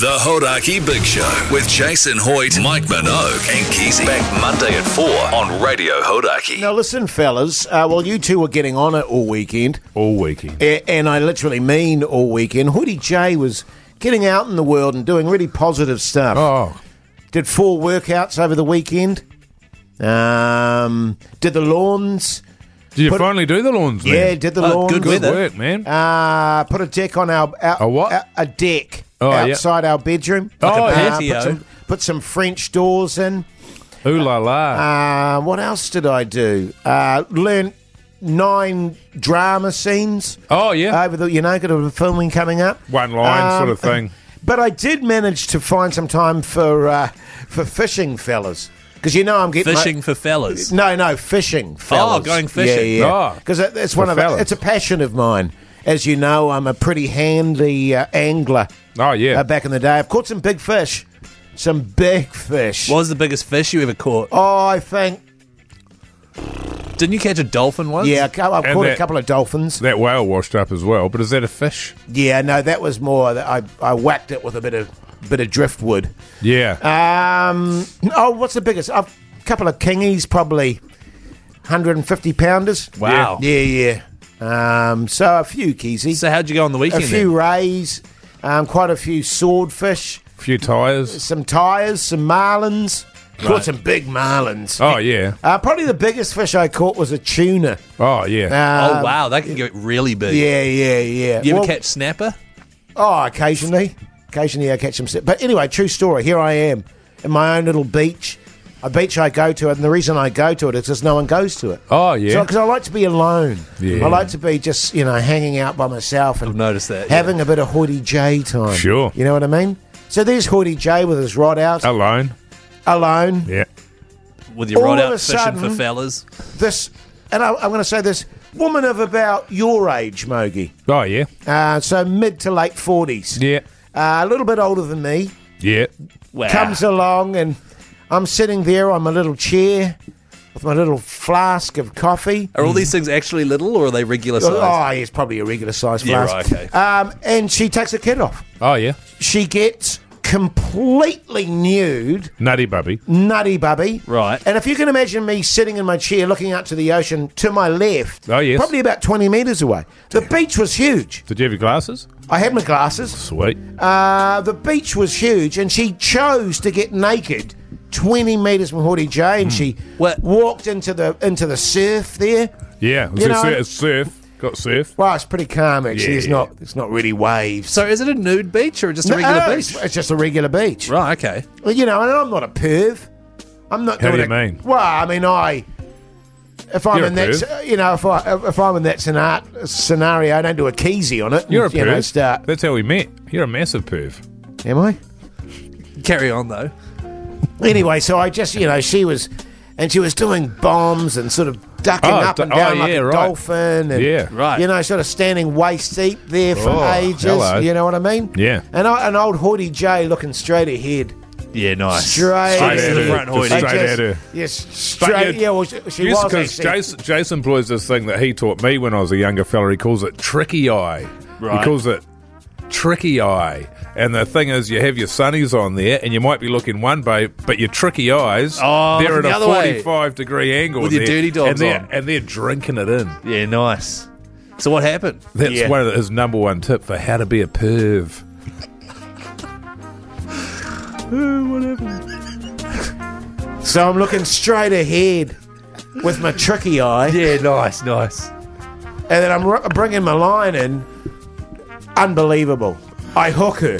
The Hodaki Big Show with Jason Hoyt, Mike Minogue, and Keezy. Back Monday at 4 on Radio Hodaki. Now, listen, fellas, uh, well, you two were getting on it all weekend, all weekend. a- and I literally mean all weekend. Hoodie J was getting out in the world and doing really positive stuff. Oh, Did four workouts over the weekend, um, did the lawns. did you Put- finally do the lawns? man? Yeah, did the Oh, lawns. good good weather. work, man. Uh, put a deck on our, our A what? A, a deck Oh, yeah. Oh, outside our bedroom. Like a Uh, patio. put, some, put some French doors in. Ooh la la. Uh, what else did I do? Uh, learned nine drama scenes. oh yeah. Over the, you know, got a filming coming up. Um, One line sort of thing. But I did manage to find some time for uh, for fishing, fellas, because you know I'm getting my- Fishing for fellas. no, no, fishing. Fellas. going fishing. Yeah, yeah. Oh. Because it's one For of the- fellas. it's a passion of mine. As you know, I'm a pretty handy uh, angler. Oh, yeah. Uh, back in the day, I've caught some big fish, some big fish. What was the biggest fish you ever caught? Oh, I think Didn't you catch a dolphin once? yeah, I've caught And a that- couple of dolphins. That whale washed up as well. But is that a fish? yeah, no, that was more. that I I whacked it with a bit of bit of driftwood. Yeah. Um, oh, what's the biggest? A couple of kingies, probably 150 pounders. Wow. Yeah, yeah. Um, so a few keezy. So how'd you go on the a weekend? few rays, um, quite a few swordfish, a few tires. some tyres, some marlins. Caught some big marlins. Oh yeah. Uh, probably the biggest fish I caught was a tuna. Oh yeah. then? Uh, oh wow, that can get really big. Yeah, yeah, yeah. You ever Well, catch snapper? Oh, occasionally. Occasionally I catch them. si- But anyway, true story. Here I am in my own little beach. A beach I go to, and the reason I go to it is because no one goes to it. Oh, yeah. Because I like to be alone. Yeah. I like to be just, you know, hanging out by myself and I've noticed that, yeah. having a bit of Hoodie J time. Sure. You know what I mean? So there's Hoodie J with his rod out, Alone. alone. Yeah. With your All rod of out a fishing for sudden- fellas. This, and I, I'm going to say this woman of about your age, Mogi. Oh yeah. Uh, so mid to late 40s. Yeah. Uh, a little bit older than me. Yeah. Wow. comes along and I'm sitting there on my little chair with my little flask of coffee. Are all these things actually little or are they regular size? Oh, it's probably a regular size Yeah, flask. right, okay. um, and she takes her kid off. Oh yeah. She gets completely nude, Nutty bubby. nutty bubby. Right. And if you can imagine me sitting in my chair looking out to the ocean to my left, Oh, yes. probably about 20 metres away. The beach was huge. Did you have your glasses? I had my glasses. Sweet. Uh, the beach was huge, and she chose to get naked, twenty meters from Hawley J, Hmm. and she What- walked into the into the surf there. Yeah. It was You a know, sur- surf. Got surf. Wow, it's pretty calm actually. Yeah, It's yeah. not it's not really waves. So is it a nude beach or just a regular No, beach? It's, it's just a regular beach. Right, okay. Well, you know, and I'm not a perv. I'm not. How do doing you a- mean? Well, I mean, I. If I'm You're a in that, perv. s- you know, if I if I'm in that scenar- scenario, I don't do a keezy on it. and, You're a you know, uh, perv. start. That's how we met. You're a massive perv. Am I? Carry on though. Anyway, so I just, you know, she was, and she was doing bombs and sort of ducking Oh, up and d- oh, down like yeah, a right. dolphin, and Yeah. Right. you know, sort of standing waist deep there for Oh, ages. hello. You know what I mean? Yeah. And I, an old hoity J looking straight ahead, Yeah, nice. straight, Straight to at the her. front, Just Hoyt. I Straight just- at her. Yes, But straight. you- Yeah, well, she, she Yes, was because actually. Jason, Jason employs this thing that he taught me when I was a younger fella. He calls it tricky eye. Right. He calls it tricky eye. And the thing is, you have your sunnies on there, and you might be looking one way, but your tricky eyes, Oh, they're at looking a the other way. 45 degree angle. With your there, dirty dogs and they're, on. And they're drinking it in. Yeah, nice. So what happened? That's Yeah. one of his number one tip for how to be a perv. So I'm looking straight ahead with my tricky eye. Yeah, nice, nice. and then I'm r- bringing my line in. Unbelievable. I hook her.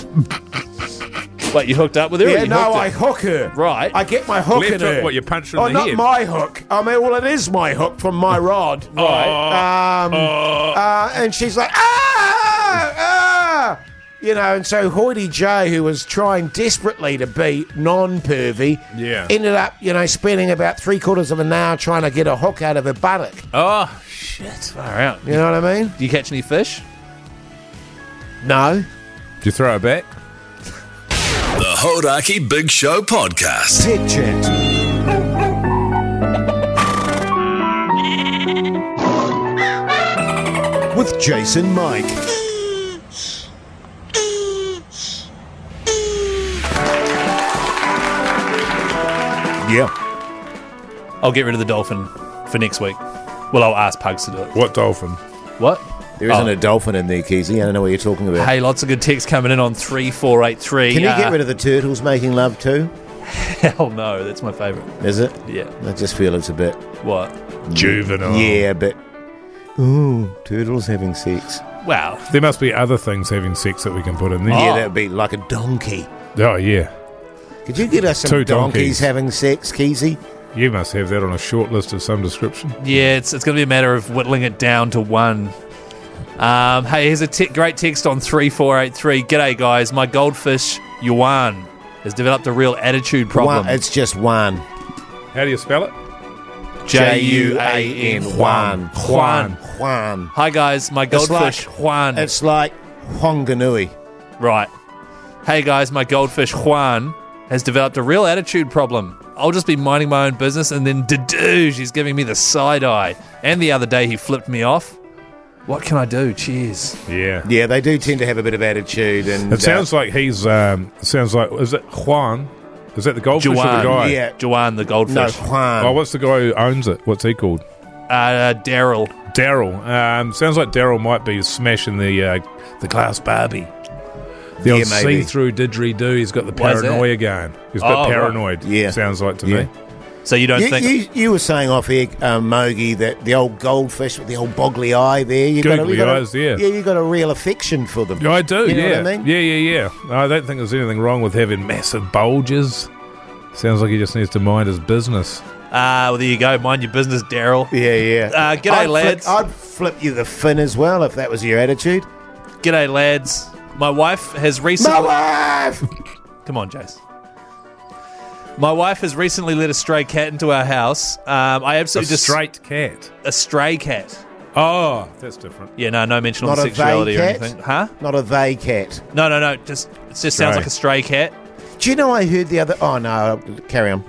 Wait, you hooked up with her? or Yeah, you no, hooked I it? hook her. Right. I get my hook Left in hook, her. what, you punch her in oh, the Oh. not head? my hook. I mean, well, it is my hook from my rod. Right. Um, uh, and she's like, ah, ah. You know, and so Hoity J, who was trying desperately to be non-pervy, Yeah. ended up, you know, spending about three quarters of an hour trying to get a hook out of her buttock. Ah. Oh, Shit, far out. You know what I mean? Do you catch any fish? No. do you throw it back? The Hodaki Big Show podcast. Ted chat. With Jason Mike. Yeah. I'll get rid of the dolphin for next week. Well, I'll ask Pugs to do it. What dolphin? What? There isn't Oh. a dolphin in there, Keezy. I don't know what you're talking about. Hey, lots of good texts coming in on 3483. Can you get rid of the turtles making love too? Uh, Hell no, that's my favourite. Is it? Yeah. Oh. I just feel it's a bit. What? Juvenile. Yeah, but. Ooh, turtles having sex. Wow. There must be other things having sex that we can put in there. Oh. Yeah, that would be like a donkey. Oh, yeah. Could you get us some Two donkeys. donkeys. having sex, Keezy? You must have that on a short list of some description. Yeah, it's, it's going to be a matter of whittling it down to one. Um, hey, here's a te- great text on 3483. G'day, guys. My goldfish, Yuan, has developed a real attitude problem. One, it's just one. How do you spell it? J-U-A-N. Juan. Juan. Juan. Hi, guys. My goldfish, Juan. It's like Whanganui. Right. Hey guys, my goldfish Juan has developed a real attitude problem. I'll just be minding my own business and then doo he's giving me the side eye. And the other day he flipped me off. What can I do? Cheers. Yeah. Yeah, they do tend to have a bit of attitude. and uh, It sounds like he's. Um, it sounds like. Is it Juan? Is that the goldfish or the guy? Juan. Yeah. Juan the No, goldfish. Juan. Oh, what's the guy who owns it? What's he called? Uh, Daryl. Daryl. Um, sounds like Daryl might be smashing the uh, the glass Barbie. The old Yeah, maybe. see-through didgeridoo. He's got the Why is that? paranoia going. He's a Oh, bit right. paranoid. Yeah. sounds like to Yeah. me. So you don't You, think you, you were saying off air, um, Mogi, that the old goldfish with the old boggly eye there. You got a- Googly you got a, eyes, yeah. Yeah, you got a real affection for them. Yeah, I do. You know yeah, what I mean? yeah, yeah, yeah. I don't think there's anything wrong with having massive bulges. Sounds like he just needs to mind his business. Ah, well there you go, mind your business, Daryl. Yeah, yeah. Uh, g'day, I'd flip- lads. I'd flip you the fin as well if that was your attitude. G'day lads. My wife has recently My wife! Come on, Jace. My wife has recently let a stray cat into our house. Um, I A absolutely just straight cat. a stray cat. Oh, that's different. Yeah, no, no mention Not on a sexuality vague or cat? anything. Huh? Not a they cat. No, no, no. Just it just sounds Stray. like a stray cat. Do you know I heard the other. Oh, no, carry on.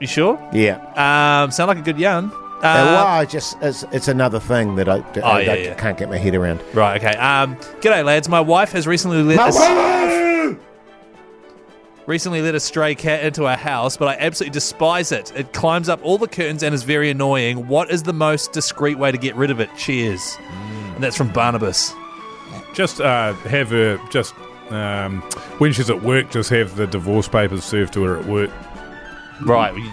You sure? Yeah. Um, sound like a good yarn. Uh, well, Uh, Oh, I just. It's, it's another thing that I, I, I yeah, yeah. can't get my head around. right. Okay. Um, g'day, lads. My wife has recently let a, My s- wife! recently let a stray cat into our house, but I absolutely despise it. It climbs up all the curtains and is very annoying. What is the most discreet way to get rid of it? Cheers. And that's from Barnabas. Just uh, have her just um, when she's at work, just have the divorce papers served to her at work. Right. well, you-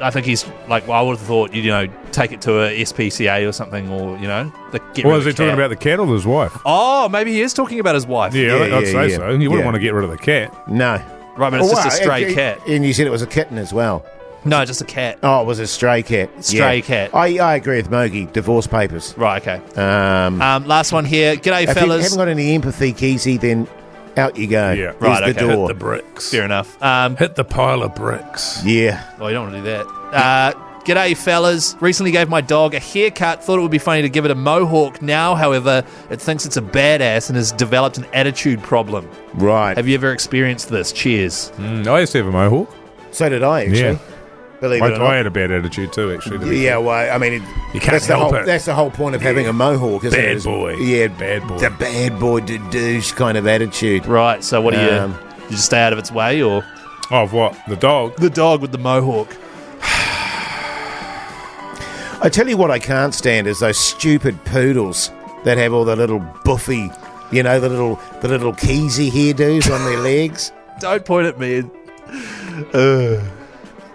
I think he's like. Well, I would have thought you know take it to a SPCA or something, or you know, the, get Or rid of is he the talking cat. about the cat or his wife? Oh, maybe he is talking about his wife. Yeah, Yeah, I'd- I'd yeah, say yeah. so. You wouldn't Yeah. want to get rid of the cat. No. Right, but it's Oh, just a wow, stray and- cat. And you said it was a kitten as well. No, just a cat. Oh, it was a stray cat. Stray Yeah. cat. I, I agree with Mogi. Divorce papers. Right, okay. Um, Um, last one here. G'day, if you fellas. haven't got any empathy, Keezy, then out you go. Yeah. There's Right, the okay. Hit door. Hit the bricks. Fair enough. Um, Hit the pile of bricks. yeah. well, Oh, you don't want to do that. Uh, g'day, fellas. Recently gave my dog a haircut. Thought it would be funny to give it a mohawk. Now, however, it thinks it's a badass and has developed an attitude problem. Right. Have you ever experienced this? Cheers. Mm, I used to have a mohawk. so did I, actually. Yeah. Believe I, it or not. I had a bad attitude too, actually. to be Yeah, well, I mean, it, You can't that's, the help whole, it. that's the whole point of having a mohawk, isn't Bad it? Is- boy. Yeah, Bad boy. The bad boy to douche kind of attitude. Right, so what do you. Um, you just stay out of its way or. fair. Of what? The dog? The dog with the mohawk. I tell you what, I can't stand is those stupid poodles that have all the little buffy, you know, the little the little keezy hairdos on their legs. Don't point at me.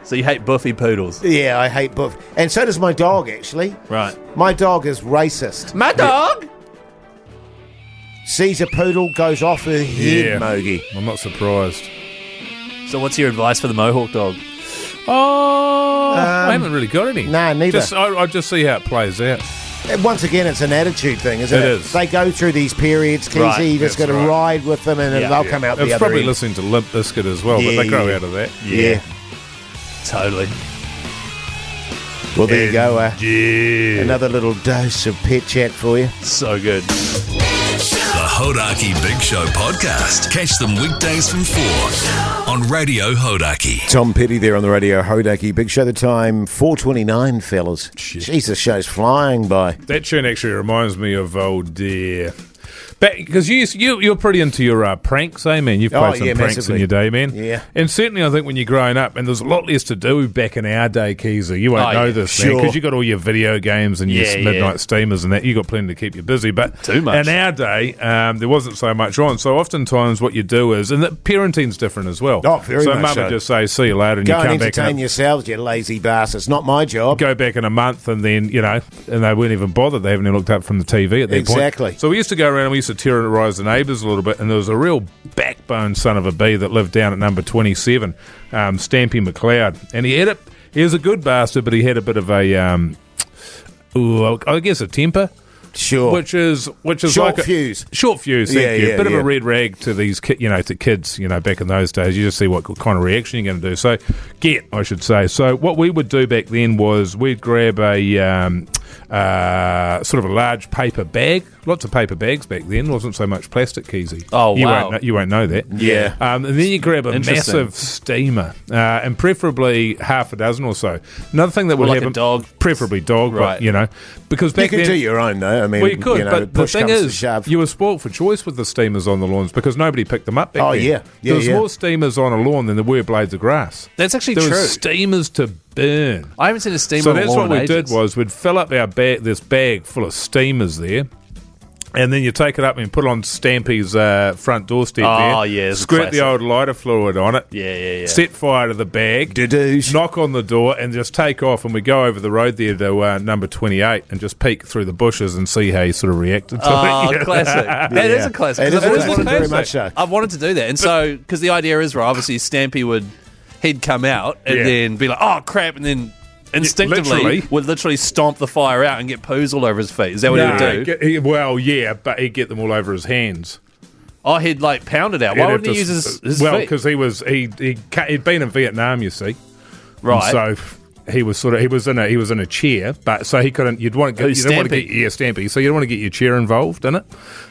So you hate buffy poodles. Yeah, I hate buff, and so does my dog. Actually, Right. my dog is racist. My dog! Sees a poodle, goes off her head, Yeah. Mogi. I'm not surprised. So, what's your advice for the Mohawk dog? Oh, Um, I haven't really got any. nah, neither. Just, I, I just see how it plays out. And Once again, it's an attitude thing, isn't it? It is. They go through these periods, Keezy. Right, you just got that's to right. ride with them, and Yeah. they'll come out It was the other probably end. listening to Limp Bizkit as well, Yeah, but they grow yeah. out of that. Yeah. Totally. Well, there you go. Uh, Yeah. another little dose of pet chat for you. So good. The Hodaki Big Show podcast. Catch them weekdays from 4 on Radio Hodaki. Tom Petty there on the radio, Hodaki. Big show the time, 4.29, fellas. Jesus, show's flying by. That tune actually reminds me of old dear Because you, used- you, you're pretty into your uh, pranks, eh, man? You've Oh, played some yeah, pranks massively. in your day, man. Yeah. And certainly, I think when you're growing up, and there's a lot less to do back in our day, Keezer. You won't Oh, know yeah, this, sure. because you got all your video games and Yeah, your midnight yeah. steamers and that. You got plenty to keep you busy, but Too much. In our day, um, there wasn't so much on. So oftentimes, what you do is, and that parenting's different as well. Oh, very so much mum so. would just say, "See you later," and Go you and come back. entertain and yourselves, you lazy bastards. Not my job. go back in a month and then, you know, and they weren't even bothered. They haven't even looked up from the TV at that point. Exactly. So we used to go around and we used to terrorise the neighbours a little bit. And there was a real backbone son of a bee that lived down at number 27, um, Stampy McLeod. And he had a, he was a good bastard, but he had a bit of a, um, ooh, I guess a temper. Sure. Which is which is Short like a- fuse. short fuse. Thank Yeah, you. yeah, Bit of yeah. a red rag to these, ki- you know, to kids. You know, back in those days, you just see what kind of reaction you're going to do. So, get, I should say. So, what we would do back then was we'd grab a um, uh, sort of a large paper bag. Lots of paper bags back then. wasn't so much plastic, Keezy. Oh, you wow. Won't know, you won't know that. Yeah. Um, and then you grab a Interesting. massive steamer, uh, and preferably half a dozen or so. Another thing that would like have a dog. preferably dog, Right. but you know, because you back could then do your own, though. I mean, well, you could, know, but the push thing comes to is, shove. you were spoilt for choice with the steamers on the lawns because nobody picked them up. Back Oh, then. yeah. Yeah, there was yeah. more steamers on a lawn than there were blades of grass. That's actually there true. was steamers to burn. I haven't seen a steamer. So on a that's lawn what we in did ages. was we'd fill up our bag, this bag full of steamers there, and then you take it up and put it on Stampy's uh, front doorstep. Oh, there, yeah, it's a squirt the classic. old lighter fluid on it. Yeah, yeah, yeah. Set fire to the bag. Doo-doos. Knock on the door and just take off, and we go over the road there to uh, number twenty-eight and just peek through the bushes and see how you sort of reacted to Oh, it. Yeah. classic. That is Yeah. a classic. It 'cause I've is a always classic, wanted- very much so. I've wanted to do that, and so because the idea is right, obviously Stampy would he'd come out and Yeah. then be like, "Oh crap!" and then instinctively literally. would literally stomp the fire out and get poos all over his feet. Is that what Nah, he would do? get- he- well, yeah, but he'd get them all over his hands. oh, he'd like pound it out. Why He'd wouldn't have he to use s- his, his well, feet? because he was he he ca- he'd been in Vietnam, you see. right. And so he was sort of he was in a he was in a chair, but so he couldn't. You'd want to Oh, get you don't want to Stampy. get yeah Stampy. So you don't want to get your chair involved in it.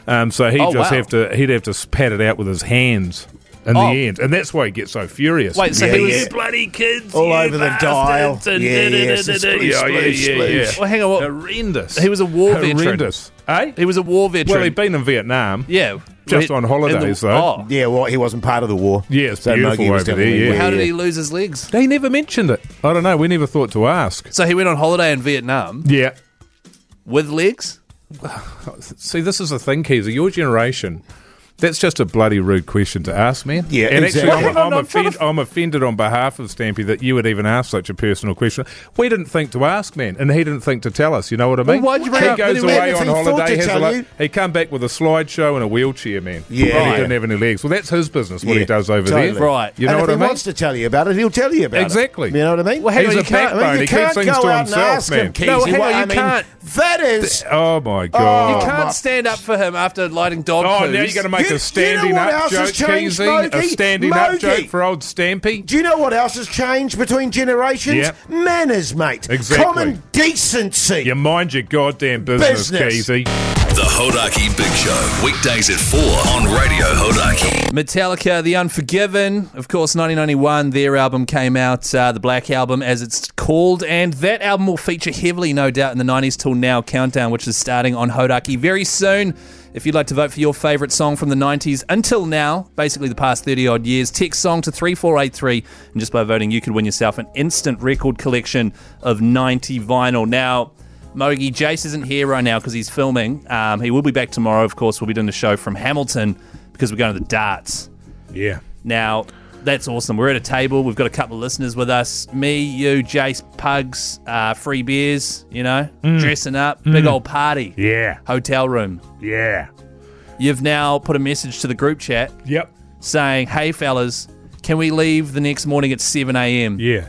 Um, so he Oh, would just wow. have to he'd have to pat it out with his hands in Oh. the end, and that's why he gets so furious. Wait, so Yeah, he was. yeah. bloody kids All you over the bastards," dial. and Yeah, da- da- yes, da- it's da- sploosh, yeah, yeah, sploosh, yeah, yeah. Uh, sploosh. Well, hang on. What, horrendous. He was a war veteran. horrendous. veteran. Eh? he was a war veteran. Well, he'd been in Vietnam. yeah, just He- on in the- holidays, though. Oh, yeah, well, he wasn't part of the war. Yeah, it's so beautiful Mogi was over there, definitely- yeah. how did he lose his legs? They never mentioned it. I don't know. We never thought to ask. So he went on holiday in Vietnam Yeah. with legs. See, this is the thing, Keezer. Your generation. That's just a bloody rude question to ask, man. Yeah, and exactly. actually, I'm, Well, I'm, I'm trying offend, I'm offended on behalf of Stampy that you would even ask such a personal question. We didn't think to ask, man, and he didn't think to tell us. You know what I mean? why'd you bring he it up goes anyway? away If on he thought to holiday. Has a tell lo- you- he come back with a slideshow and a wheelchair, man. Yeah. and he didn't have any legs. Well, that's his business. What Yeah, he does over totally. there, Right. You and know if what he I mean? wants to tell you about it, he'll tell you about Exactly. it. You know what I mean? Well, hang on, you can't- I you mean, you keep can't things go to out and himself, ask him, man. Keezy, No, hang on, what- I you mean, can't. That is. oh my Oh, god! You can't my- stand up for him after lighting dog Oh, poos. now you're going to make You- you know a standing what up else joke, has changed, Keezy? A Mogi? standing up Mogi. joke for old Stampy? Do you know what else has changed between generations? Yep. Manners, mate. Exactly. Common decency. You mind your goddamn business, Business. Keezy. The Hodaki Big Show, weekdays at 4 on Radio Hodaki. Metallica, The Unforgiven. Of course, 1991, their album came out, uh, the Black Album as it's called. And that album will feature heavily, no doubt, in the 90s till now countdown, which is starting on Hodaki very soon. If you'd like to vote for your favourite song from the 90s until now, basically the past 30 odd years, text song to 3483. And just by voting, you could win yourself an instant record collection of 90 vinyl. Now, Mogi, Jace isn't here right now because he's filming. Um, he will be back tomorrow, of course. We'll be doing the show from Hamilton because we're going to the darts. Yeah. Now, that's awesome. We're at a table. We've got a couple of listeners with us. Me, you, Jace, Pugs, uh, free beers, you know, dressing up, big old party, Yeah. hotel room. Yeah. You've now put a message to the group chat Yep. saying, hey, fellas, can we leave the next morning at 7 a.m.? Yeah.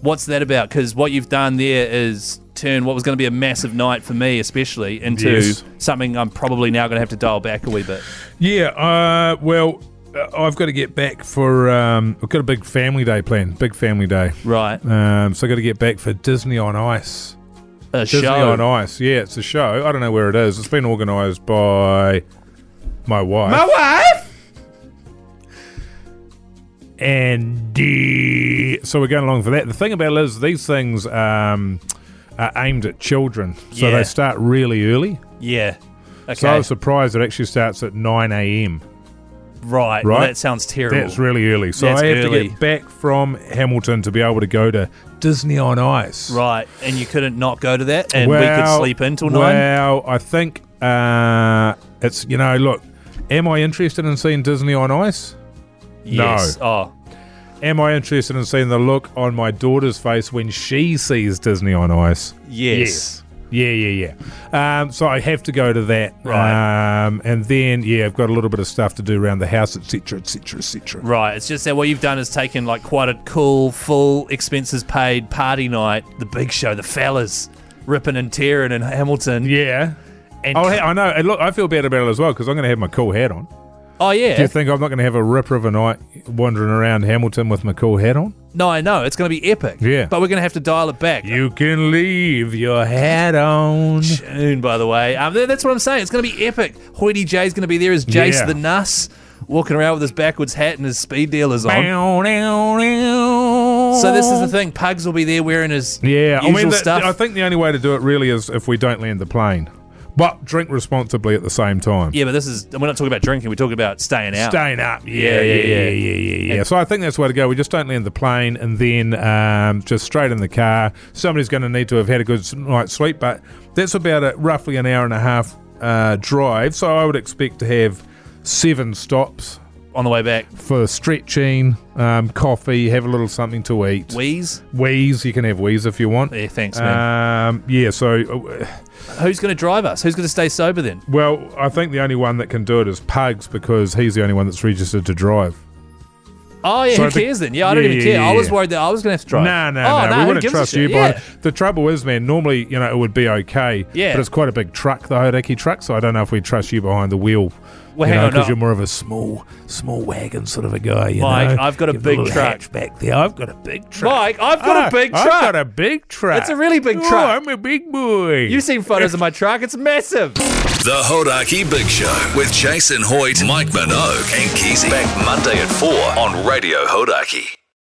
What's that about? Because what you've done there is turn what was going to be a massive night for me, especially, into Yes. something I'm probably now going to have to dial back a wee bit. Yeah. Uh, well, uh, I've got to get back for. Um, I've got a big family day planned. Big family day. Right. Um, so I've got to get back for Disney on Ice. A Disney on show. Ice. Yeah, it's a show. I don't know where it is. It's been organised by my wife. wife! and D. So we're going along for that. The thing about it is these things um, are aimed at children, so Yeah. they start really early. Yeah. So I Okay. was surprised it actually starts at 9 a.m. Right. Right. Well, that sounds terrible. That's really early. So That's I have to early. get back from Hamilton to be able to go to Disney on Ice. Right. And you couldn't not go to that, and we could sleep in till nine. Well, I think uh, it's, you know, look, am I interested in seeing Disney on Ice? Yes. Oh. Am I interested in seeing the look on my daughter's face when she sees Disney on Ice? Yes. Yeah, yeah, yeah. Um, so I have to go to that. Right. Um, and then, yeah, I've got a little bit of stuff to do around the house, etc., etc., etc. Right. It's just that what you've done is taken like quite a cool, full expenses paid party night, the big show, the fellas ripping and tearing in Hamilton. Yeah. And Oh, hey, I know. And look, I feel bad about it as well because I'm going to have my cool hat on. oh Do yeah. you think I'm not going to have a ripper of a night wandering around Hamilton with my cool hat on? No, I know. It's going to be epic. Yeah. But we're going to have to dial it back. You can leave your hat on. June, by the way. Um, th- that's what I'm saying. It's going to be epic. Hoity J's going to be there as Jace Yeah. the Nuss, walking around with his backwards hat and his speed dealers on. So So this is the thing. Pugs will be there wearing his Yeah, usual I mean, the- stuff. I think the only way to do it really is if we don't land the plane, but drink responsibly at the same time. yeah, but this is we're not talking about drinking. We're talking about staying out. Staying up, Yeah, yeah, yeah, yeah, yeah, yeah, yeah. yeah, yeah. So I think that's the way to go. We just don't land the plane, and then um, just straight in the car. Somebody's going to need to have had a good s- night's sleep, but that's about a, roughly an hour and a half uh, drive. So I would expect to have seven stops on the way back. for stretching, um, coffee, have a little something to eat. Wheeze. Wheeze, you can have wheeze if you want. Yeah, thanks, man. Um, yeah, so uh, Who's going to drive us? Who's going to stay sober then? Well, I think the only one that can do it is Pugs because he's the only one that's registered to drive. Oh yeah, So who I think- cares then? Yeah, I don't yeah, even yeah, care. I yeah, was yeah. worried that I was going to have to drive. No, no, oh, no. no. we who wouldn't gives a trust shit? you. Yeah. But the trouble is, man, normally, you know, it would be okay. Yeah. But it's quite a big truck, the Hodaki truck, so I don't know if we trust you behind the wheel. Well, you hang know, on, no. because you're more of a small, small wagon sort of a guy. You Mike, know? I've got a You've big little truck. hatchback there. I've got a big truck. Mike, I've got Ah, a big I've truck. got a big truck. It's a really big Oh, truck. I'm a big boy. You've seen photos of my truck. It's massive. The Hodaki Big Show with Jason Hoyt, Mike Minogue, and Keezy. Back Monday at 4 on Radio Hodaki.